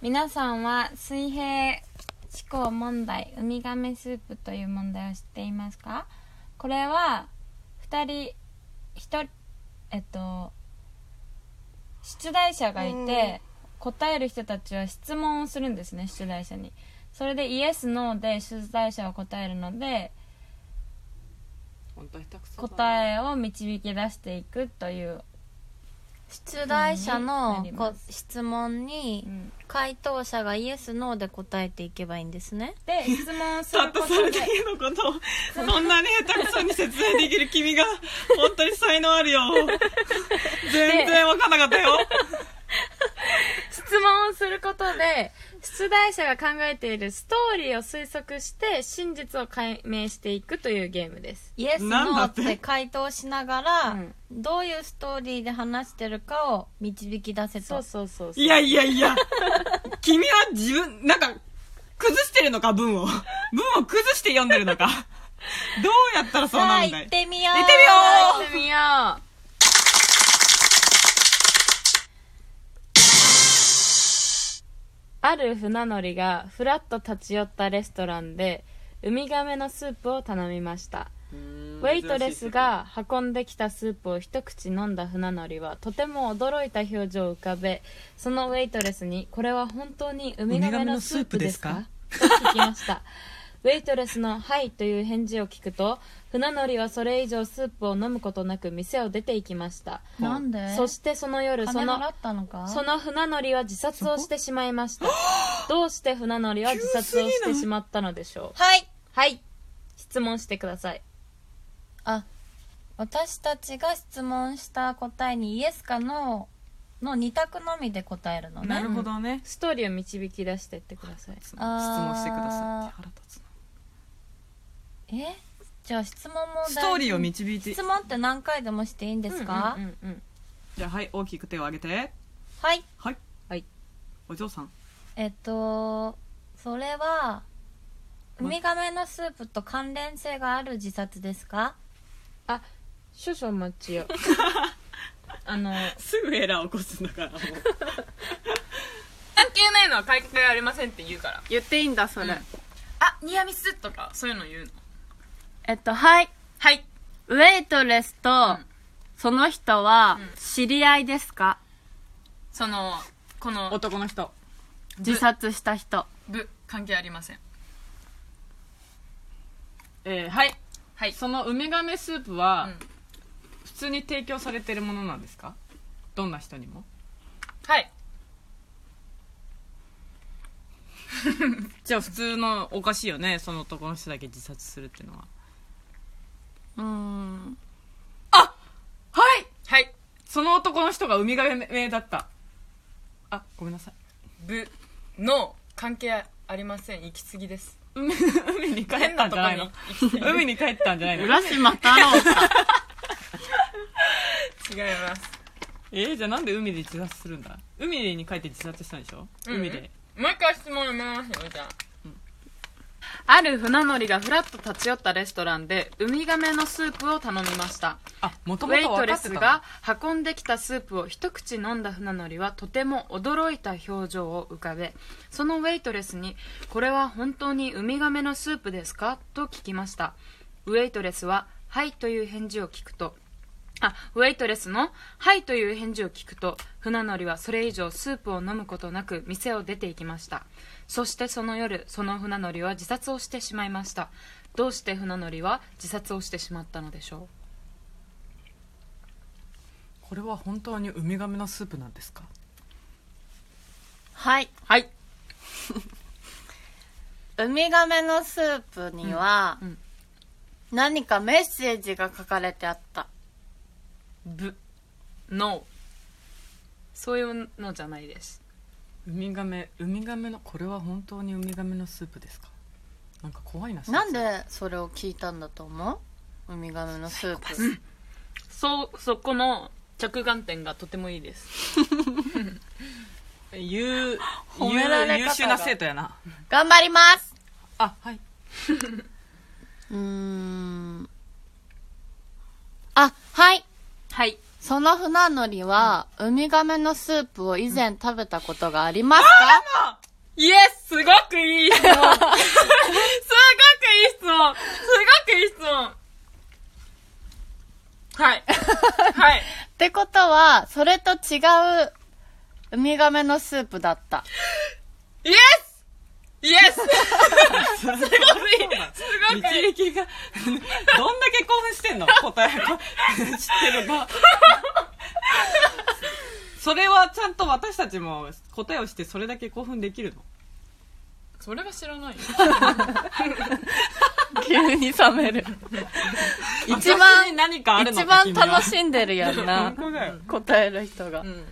皆さんは水平思考問題ウミガメスープという問題を知っていますかこれは2人1人えっと出題者がいて、答える人たちは質問をするんですね出題者にそれでイエスノーで出題者は答えるので本当下手くそだな答えを導き出していくという、出題者なのりこます質問にうん回答者がイエス・ノーで答えていけばいいんですねで質問をすたるったことそれでだけのことをそんなに下手くそに説明できる君が本当に才能あるよ全然わかんなかったよ質問をすることで出題者が考えているストーリーを推測して真実を解明していくというゲームです、イエス・なんノだーっってて回答しながら、うんどういうストーリーで話してるかを導き出せそとうそうそうそういやいやいや君は自分なんか崩してるのか文を文を崩して読んでるのかどうやったらそうさなあるんだい行ってみよう行ってみよやってみようある船乗りがふらっと立ち寄ったレストランでウミガメのスープを頼みましたウェイトレスが運んできたスープを一口飲んだ船乗りはとても驚いた表情を浮かべそのウェイトレスに「これは本当にウミガメのスープですか?」と聞きましたウェイトレスの「はい」という返事を聞くと船乗りはそれ以上スープを飲むことなく店を出て行きましたなんでそしてその夜そ金の払ったのかその船乗りは自殺をしてしまいましたどうして船乗りは自殺をしてしまったのでしょうはいはい質問してくださいあ私たちが質問した答えにイエスかノーの2択のみで答えるのなねるほどねストーリーを導き出してってください質あー問してくださいって腹立つなえじゃあ質問も大事ストーリーを導いて質問って何回でもしていいんですか、うんうんうんうんじゃあはい大きく手を挙げはていはいはいお嬢さんえっとそれはウミガメのスープと関連性がある自殺ですかあ少々お待ちを あの関すぐエラー起こすんだからもう係ないのは改革がありませんって言うから言っていいんだそれ、うんあニアミスとかそういうの言うのえっとはいはいウェイトレスと、その人は知り合いですかそのこの男の人自殺した人部関係ありませんえー、はいはいそのウミガメスープは、うん普通に提供されてるものなんですかどんな人にもはい じゃあ普通のおかしいよねその男の人だけ自殺するっていうのはうーんはいはいその男の人がウミガメだったあごめんなさい部の関係ありません行き過ぎです海海に帰ったんじゃないの変なとこに海に帰ったんじゃないの浦島太郎か違いますえー、じゃあなんで海で自殺するんだ海に帰って自殺したんでしょ、うん海でもう一回質問読みますよじゃあある船乗りがふらっと立ち寄ったレストランでウミガメのスープを頼みましたあもとウもェイとト分かレってスたのが運んできたスープを一口飲んだ船乗りはとても驚いた表情を浮かべそのウェイトレスに「これは本当にウミガメのスープですか?」と聞きましたウェイトレスは「はい」という返事を聞くとあウェイトレスの「はい」という返事を聞くと船乗りはそれ以上スープを飲むことなく店を出て行きましたそしてその夜その船乗りは自殺をしてしまいましたどうして船乗りは自殺をしてしまったのでしょうこれは本当にウミガメのスープなんですかはいはいウミガメのスープには、うんうん何かメッセージが書かれてあったぶのそういうのじゃないですウミガメウミガメのこれは本当にウミガメのスープですかなんか怖いななんでそれを聞いたんだと思うウミガメのスープそうそこの着眼点がとてもいいです優褒められ方が優秀な生徒やな頑張りますあはい、うーんあはいはいその船乗りは、ウミガメのスープを以前食べたことがありますかイエスすごくいい質問すごくいい質問すごくいい質問 はい。はい。ってことは、それと違う、ウミガメのスープだった。イエスイエスす ごくいいすごくいいが、 どんだけ興奮してんの答えが。知ってるが。それはちゃんと私たちも答えをしてそれだけ興奮できるのそれは知らないよ急に冷める。一番私に何かあるの一か番楽しんでるやんな。君は本当だよ答える人が。うん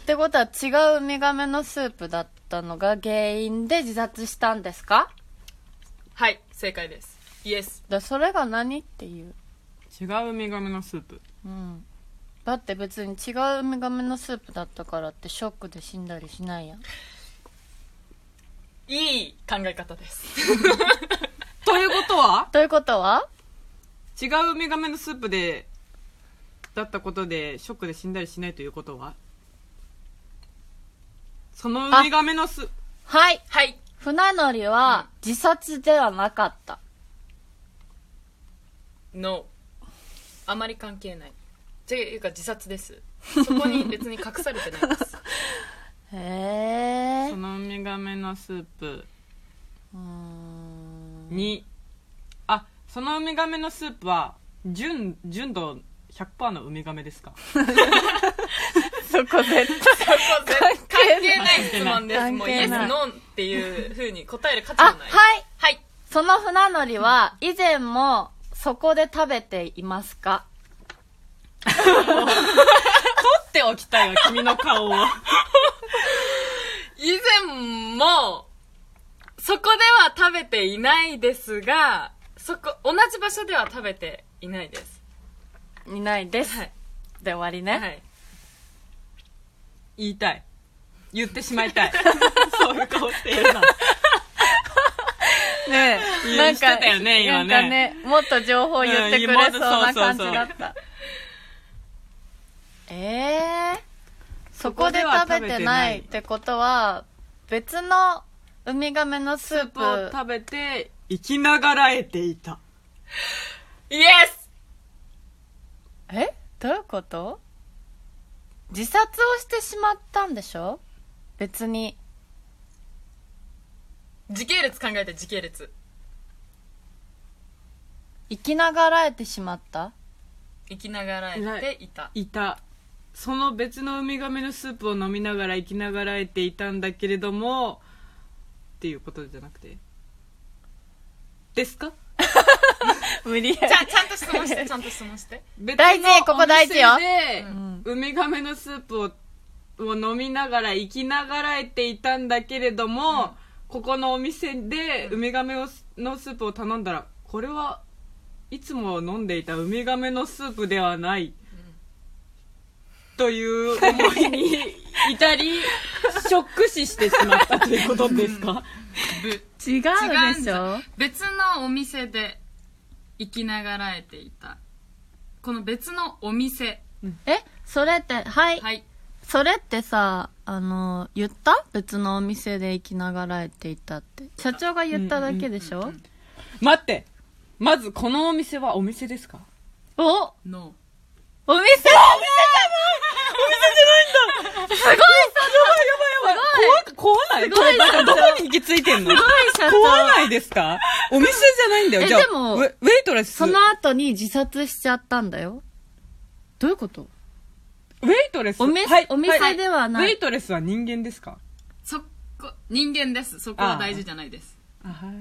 ってことは、違うウミガメのスープだったのが原因で自殺したんですかはい正解ですイエスだそれが何っていう。違うウミガメのスープうん。だって別に違うウミガメのスープだったからってショックで死んだりしないやん。いい考え方ですということはということは違うウミガメのスープでだったことでショックで死んだりしないということはそのウミガメのスはいはい船乗りは自殺ではなかった。のあまり関係ないというか自殺ですそこに別に隠されてない ですへえそ。のウミガメのスープうーんにあそのウミガメのスープは純純度100%のウミガメですかそこ絶関係ない質問です関もうイエ係スないノンっていうふうに答える価値あ、もないはい。はいその船乗りは以前もそこで食べていますか取っておきたいわ君の顔を以前もそこでは食べていないですがそこ同じ場所では食べていないですいないです。はいで終わりね。はい言いたい言ってしまいたいそういう顔してるなねいえいなんしてか、たよね今なねんかね、もっと情報言ってくれそうな感じだうんもっとった。ええそこで食べてないってことは、別のウミガメのスースープをプ、食べて生きながらえていたイエスえどういうこと自殺をしてしまったんでしょ別に。時系列考えて時系列生きながらえてしまった生きながらえていたいたその別のウミガメのスープを飲みながら生きながらえていたんだけれどもっていうことじゃなくてですか無理やじゃあちゃんと質問してちゃんと質問して別大事ここ大事よお店でんウミガメのスープをを飲みながら生きながらえていたんだけれども、ここのお店でウミガメをすのスープを頼んだらこれはいつも飲んでいたウミガメのスープではない、という思いに 至りショック死してしまったということですか、違う違うんでしょだ別のお店で生きながらえていたこの別のお店えそれって、はい、はいそれってさ、あの、言った別のお店で生きながらえていたって。社長が言っただけでしょ、待ってまずこのお店はお店ですかおのお店怖ないこれなんかどこに行き着いてんの社壊長ないですかお店じゃないんだよ。えじゃあでもウェウェイトレス。その後に自殺しちゃったんだよ。どういうことウェイトレス。お店はいお店ではないウェイトレスは人間ですかそこ人間ですそこは大事じゃないですあ、はい。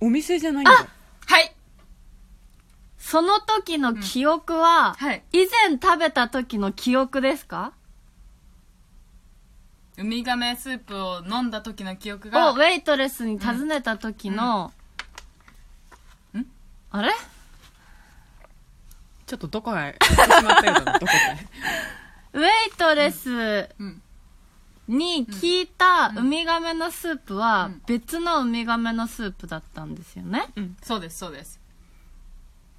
お店じゃないんだ。はいその時の記憶は、はい以前食べた時の記憶ですかウミガメスープを飲んだ時の記憶をがウェイトレスに尋ねた時の、あれちょっとどこへ行ってしまったようだな、どこウェイトレスうんに聞いたウミガメのスープは別のウミガメのスープだったんですよね。そうですそうです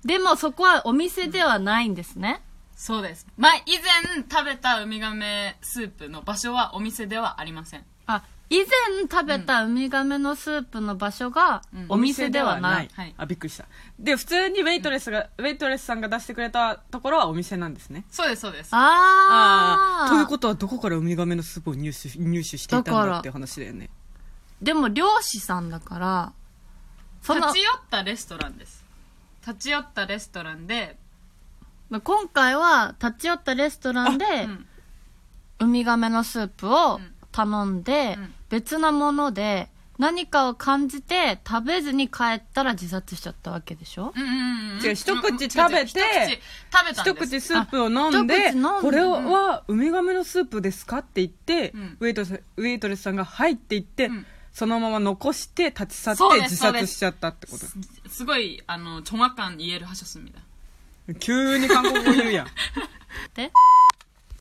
でもそこはお店ではないんですね。そうです。前、以前食べたウミガメスープの場所はお店ではありません。あ、以前食べたウミガメのスープの場所がう んお店ではない。はいあびっくりしたで普通にウェイトレスが、ウェイトレスさんが出してくれたところはお店なんですねそうです、そうです。ああということはどこからウミガメのスープを入手入手していたんだっていう話だよねでも漁師さんだから、その立ち寄ったレストランです。立ち寄ったレストランで、今回は立ち寄ったレストランで、うんウミガメのスープをん頼んで、うん別なもので何かを感じて食べずに帰ったら自殺しちゃったわけでしょうんうんうん違う一口うんうん違う違う食べて一口食べたんです。一口スープを飲んあで一口飲んでこれはウミガメのスープですかって言って、うんウェイトレスウェイトレスさんが「はい」って言って、うんそのまま残して立ち去っそうてです自そうで殺すしちゃったってことすすごい、あの、ちょま感言える하셨습니다。急に韓国語言うやんで